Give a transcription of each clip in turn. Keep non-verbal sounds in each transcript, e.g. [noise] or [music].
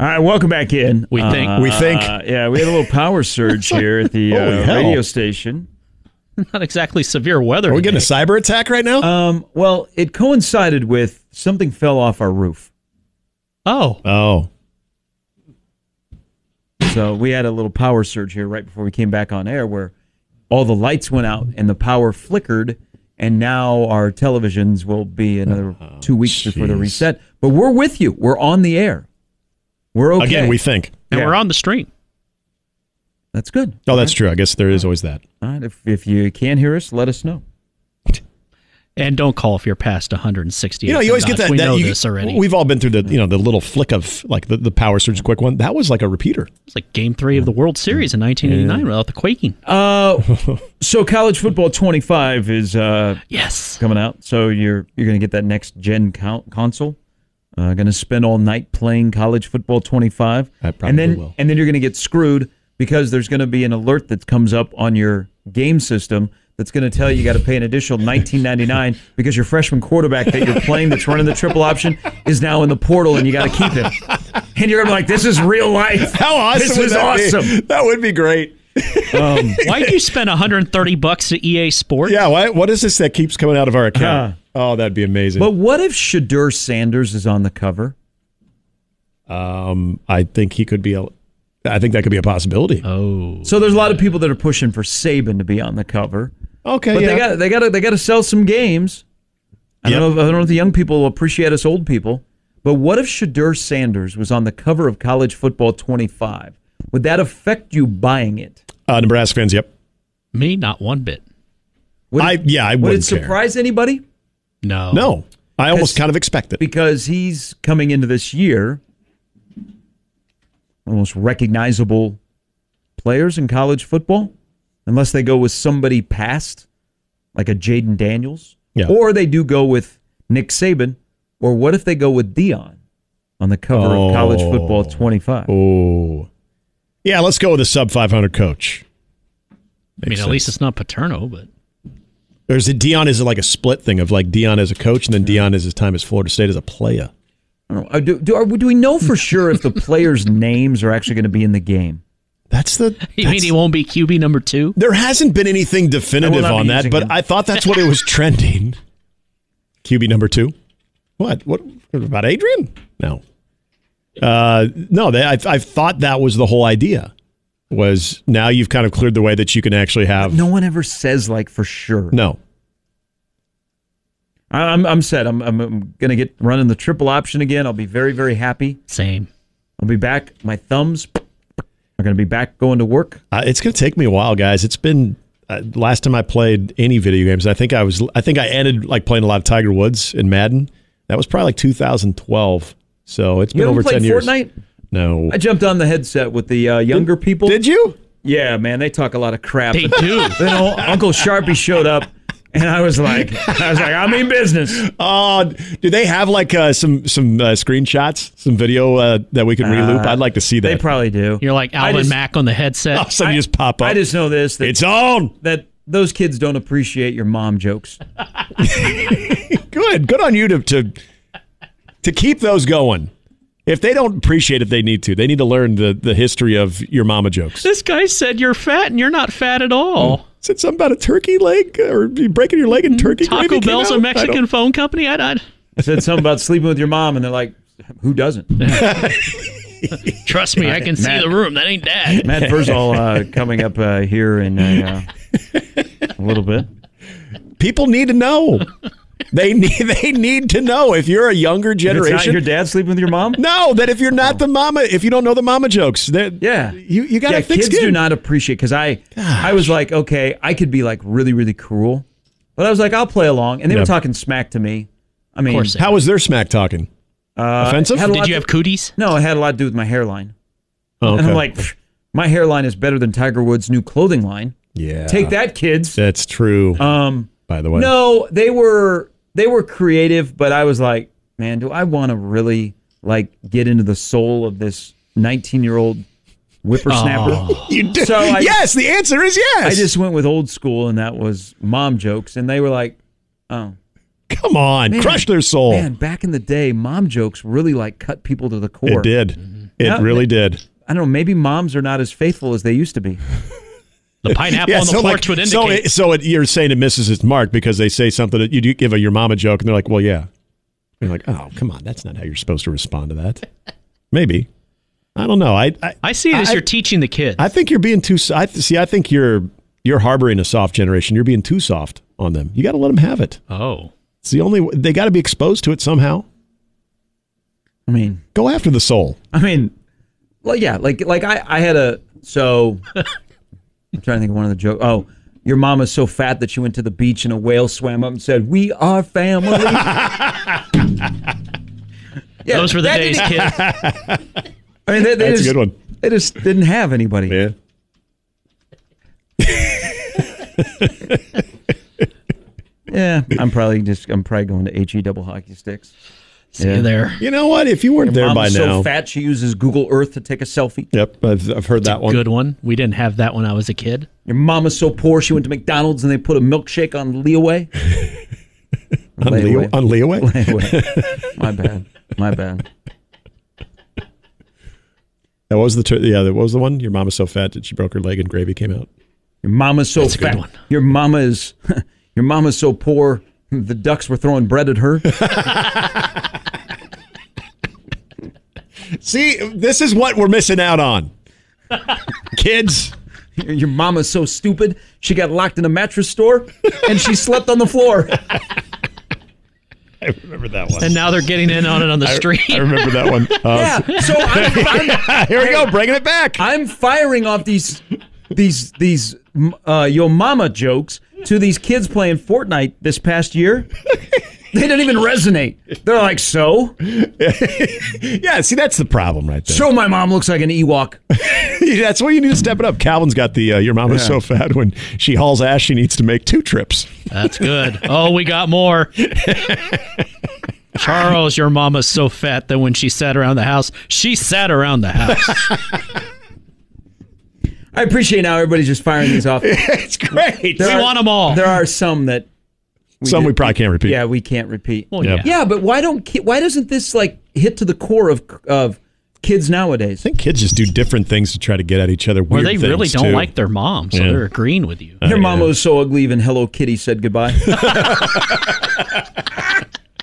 All right, welcome back in. Uh, We think. We think. Yeah, we had a little power [laughs] surge here at the Holy uh, hell. radio station. Not exactly severe weather. Are we today. getting a cyber attack right now? Um, well, it coincided with something fell off our roof, Oh, oh. so we had a little power surge here right before we came back on air, where all the lights went out and the power flickered, and now our televisions will be another two weeks before the Oh, jeez. reset. But we're with you. We're on the air. We're okay. Again, we think. and Yeah. we're on the stream. That's good. Oh, that's true. I guess there is always that. All right. If if you can hear us, let us know. And don't call if you're past 160. You know, you always get that. We that know you- this already. We've all been through the you know the little flick of like the, the power surge quick one. That was like a repeater. It's like Game Three of the World Series in 1989 without the quaking. [laughs] Uh, so college football twenty five is uh, [laughs] Yes. coming out. So you're you're going to get that next gen con- console. Uh, going to spend all night playing college football 25. I probably and then will. and then you're going to get screwed because there's going to be an alert that comes up on your game system that's going to tell you you got to pay an additional 19.99 because your freshman quarterback that you're playing that's running the triple option is now in the portal and you got to keep him. And you're gonna be like, this is real life. How awesome! This would is that be? awesome. That would be great. Why'd you spend 130 bucks to EA Sports? Yeah. Why, what is this that keeps coming out of our account? Huh. Oh, that'd be amazing. But what if Shadur Sanders is on the cover? um, I think he could be. A, I think that could be a possibility. Oh. So there's a lot of people that are pushing for Saban to be on the cover. okay. But yeah. they got they got to they got to sell some games. I Yep. don't know. If, I don't know if the young people will appreciate us old people. But what if Shadur Sanders was on the cover of College Football 25? Would that affect you buying it? uh, Nebraska fans. Yep. Me, not one bit. Would I- it, yeah, I would it wouldn't care. surprise anybody No. No, I almost 'Cause- kind of expect it. because he's coming into this year almost recognizable players in college football, unless they go with somebody past like a Jaden Daniels, Yeah. or they do go with Nick Saban, or what if they go with Dion on the cover of College Oh. Football 25? Oh. Yeah. Let's go with a sub 500 coach. I mean, at least it's not Paterno, but Or is it Dion? Is it like a split thing of like Dion as a coach and then Dion is his time as Florida State as a player? I don't know. Uh, Do, do, are, do we know for sure if the players' [laughs] names are actually going to be in the game? That's the. you mean that's- he won't be QB number two? there hasn't been anything definitive I will not on be that, using but him. I thought that's what it was trending. [laughs] QB number two. What? What about Adrian? No. Uh, no, they, I, I thought that was the whole idea. Was now you've kind of cleared the way that you can actually have No one ever says like for sure. no. I, I'm, I'm set. I'm, I'm, I'm going to get running the triple option again. I'll be very, very happy. Same. I'll be back. My thumbs are going to be back going to work. Uh, it's going to take me a while, guys. It's been uh, last time I played any video games. I think I was. I think I ended like playing a lot of Tiger Woods and Madden. That was probably like 2012. So it's You been ever over played 10 years. Fortnite? No. I jumped on the headset with the uh, younger people. Did you? Yeah, man, they talk a lot of crap. They But [laughs] do. then old Uncle Sharpie showed up, and I was like, I was like, I mean business. Oh, do they have like uh, some some uh, screenshots, some video uh, that we can reloop? I'd like to see that. Uh, They [laughs] probably do. You're like I Alvin just- Mack on the headset. Oh, something just pop up. I just know this that, it's on. that those kids don't appreciate your mom jokes. Good. Good on you to to to keep those going. If they don't appreciate it, they need to. They need to learn the, the history of your mama jokes. This guy said you're fat, and you're not fat at all. said something about a turkey leg uh, or you breaking your leg in turkey. Mm-hmm. Taco gravy came Bell's a out? I Mexican don't- phone company. I, I I said something about sleeping with your mom, and they're like, who doesn't? trust me, I can see Matt. the room. That ain't dad. [laughs] Matt Verzal uh, coming up uh, here in a, uh, a little bit. People need [laughs] to know. they need they need to know if you're a younger If it's not generation. your dad sleeping with your mom? no, that if you're not the mama, if you don't know the mama jokes, that Yeah. you you got to yeah, fix kids do not appreciate because I I was like, okay, I could be like really really cruel, but I was like, I'll play along, and they Yeah. were talking smack to me. I mean, course. How was their smack talking? Uh, Offensive? had a lot Did you to- have cooties? No, it had a lot to do with my hairline. Oh, And okay. I'm like, "Pfft, my hairline is better than Tiger Woods' new clothing line. yeah, Take that, kids. That's true. Um, by the way, No, they were they were creative, but I was like, man, do I want to really like get into the soul of this 19 year old whippersnapper? [laughs] you do. So I- yes, the answer is Oh. yes. I just went with old school, and that was mom jokes, and they were like, oh. come on, Man, crush their soul. Man, back in the day, mom jokes really like cut people to the core. it did. It Mm-hmm. Yeah. really did. I don't know. Maybe moms are not as faithful as they used to be. The pineapple on the so porch like- would so indicate. it- so it, you're saying it misses its mark because they say something that you do give a your mama joke and they're like, well, yeah. And you're like, oh, come on, that's not how you're supposed to respond to [laughs] that. Maybe, I don't know. I I, I see it as I- you're teaching the kids. I think you're being too. s- I th- see. I think you're you're harboring a soft generation. You're being too soft on them. You got to let them have it. oh. It's the only. w- They got to be exposed to it somehow. I mean, Go after the soul. I mean, well, yeah, like like I I had a so I'm trying to think of one of the jokes. Oh, your mom is so fat that she went to the beach and a whale swam up and said, "We are [laughs] family." Yeah, Those were the that days, didn't- kid. [laughs] I mean, they, they That's a just, good one. They just didn't have anybody. Yeah. Yeah, I'm probably just I'm probably going to he double hockey sticks. See Yeah. you there. You know what? If you weren't there mom by is now. so fat she uses Google Earth to take a selfie. Yep, I've, I've heard that one. Good one. We didn't have that when I was a kid. Your mom is so poor she went to McDonald's and they put a milkshake on Leeway. [laughs] On, Leo, Layaway. [laughs] on Leeway? Layaway. My bad. My bad. That was the tur- yeah. That was the one. Your mom is so fat that she broke her leg and gravy came out. Your mama's so That's a good fat. one. Your mama is [laughs] your mama's so poor the ducks were throwing bread at [laughs] her. See, this is what we're missing out [laughs] on, kids. Your- Your mama's so stupid she got locked in a mattress store and she slept on the [laughs] floor. I remember that one. And now they're getting in on it on the street. [laughs] I remember [laughs] that one. Oh, Uh, Yeah. So I'm, I'm, Here we go, bringing it back. I'm firing off these these these mm, uh, yo mama jokes to these kids playing Fortnite this past year. They didn't even resonate. They're like, so, yeah, see, that's the problem right there. so my mom looks like an Ewok. [laughs] that's why you need to step it up. Calvin's got the uh, your mom is so fat when she hauls ass, she needs to make two trips. That's good. Oh, we got more. Charles, your mama's so fat that when she sat around the house, she sat around the [laughs] house. I appreciate now everybody's just firing these [laughs] off. [laughs] it's great. we are- want them all. There are some that, Some we probably can't repeat. yeah, we can't repeat. Well, Yep. Oh, yeah. Yeah, but why don't ki- why doesn't this like hit to the core of of kids nowadays? I think kids just do different things to try to get at each other. Or weird they really things, don't too. like their mom, so Yeah. they're agreeing with you. Your mama was so ugly, even Hello Kitty said goodbye.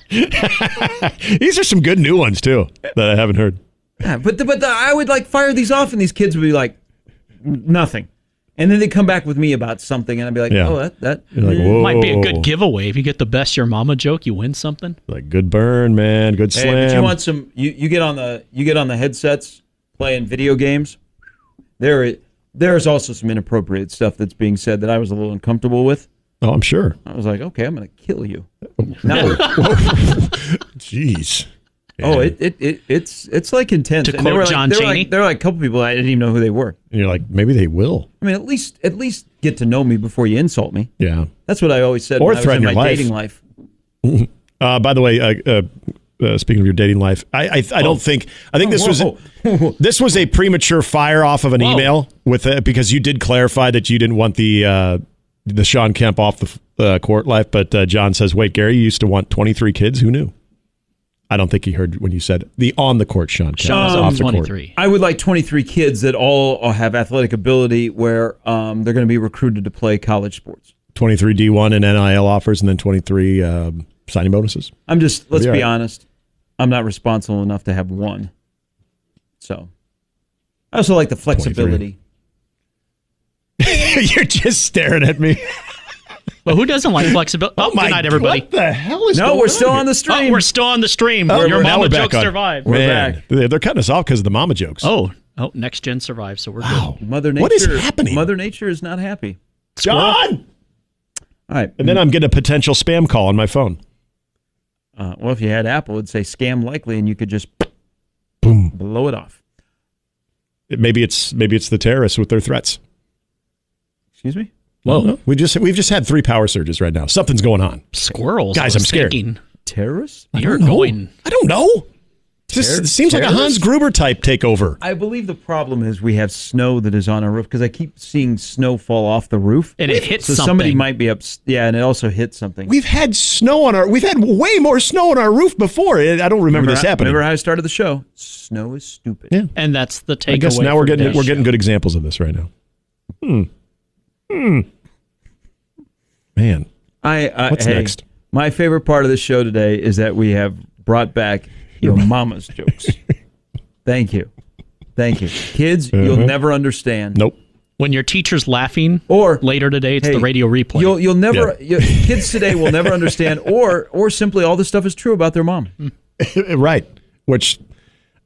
These are some good new ones too that I haven't heard. [laughs] Yeah, but the, but the, I would like fire these off, and these kids would be like, nothing, and then they come back with me about something, and I'd be like, Yeah. oh, that that You're like, whoa, Might be a good giveaway if you get the best your mama joke, you win something. Like good burn, man. Good Hey, slam. but you want some? You, you get on the you get on the headsets playing video games. There i- there is also some inappropriate stuff that's being said that I was a little uncomfortable with. oh, I'm sure. I was like, okay, I'm gonna kill [laughs] you. Now we're- Jeez. oh, it, it, it it's it's like intense. To And they quote were like- John they were Chaney? like, there were like a couple people I didn't even know who they were. And you're like, maybe they will. I mean, at least at least get to know me before you insult me. Yeah. That's what I always said Or when I was threaten in my your life. dating life. Uh, by the way, uh, uh, uh, speaking of your dating life, I I, I don't think I think this was Oh. Whoa. this was a premature fire off of an Whoa. email with uh because you did clarify that you didn't want the uh, the Sean Kemp off the uh, court life, but uh, John says, "Wait, Gary, you used to want 23 kids. Who knew?" I don't think he heard when you said the on the court Sean Kemp Sean's off on the court. 23. I would like 23 kids that all uh, have athletic ability where um, they're going to be recruited to play college sports. 23 D1 and NIL offers, and then 23 um, signing bonuses. I'm just, let's be be, all right. honest, I'm not responsible enough to have one. So I also like the flexibility. [laughs] You're just staring at me. But who doesn't like [laughs] flexibility? Oh, good night, everybody. What the hell is No, going we're still here? on the Oh, stream. we're still on the stream. Oh, your we're- now mama we're back joke on. survived. We're Man, back. They're, they're cutting us off because of the mama jokes. Oh, oh, next gen survived, so we're wow. Mother Nature, What is happening? Mother Nature is not happy. John! All right. And then I'm getting a potential spam call on my phone. Uh, well, if you had Apple, it'd say scam likely, and you could just Boom. blow it off. Maybe it's maybe it's the terrorists with their threats. Excuse me? Well, we just we've just had three power surges right now. Something's going on. Squirrels. Guys, I was I'm scared. thinking. Terrorists? I You're don't know. going. I don't know. This Terror- seems like a Hans terrorists? Gruber type takeover. I believe the problem is we have snow that is on our roof because I keep seeing snow fall off the roof. And it hits so somebody something. might be up. Yeah, and it also hit something. We've had snow on our. We've had way more snow on our roof before. I I don't remember, this how- happening. Remember how I started the show? Snow is stupid. Yeah. And that's the takeaway. I guess now for we're getting today's we're getting show. good examples of this right now. Hmm. Hmm. Man, I, I What's hey, next? My favorite part of the show today is that we have brought [laughs] back your mama's jokes. Thank you, thank you, kids. You'll Uh-huh. never understand. nope. When your teacher's laughing, Or- later today, it's Hey, the radio replay. You'll you'll never you- kids today will never [laughs] understand, or or simply all this stuff is true about their mom. right. Which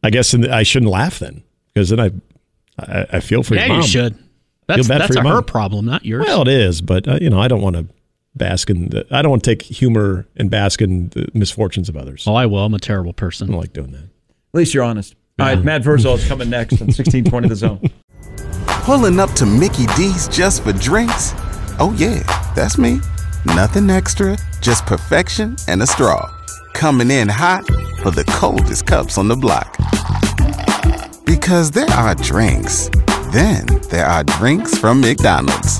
I guess in the, I shouldn't laugh then because then I, I I feel for yeah, your mom. you should. That's bad that's for your her mom. problem, not yours. Well, it is, but uh, you know I don't want to bask in. The, I don't want to take humor and bask in the misfortunes of others. I oh, I will. I'm a terrible person. don't like doing that. At least you're honest. All right, Matt Verzal is coming next on 1620 The Zone. Pulling up to Mickey D's just for drinks? Oh, yeah, that's me. Nothing extra, just perfection and a straw. Coming in hot for the coldest cups on the block. Because there are drinks, then there are drinks from McDonald's.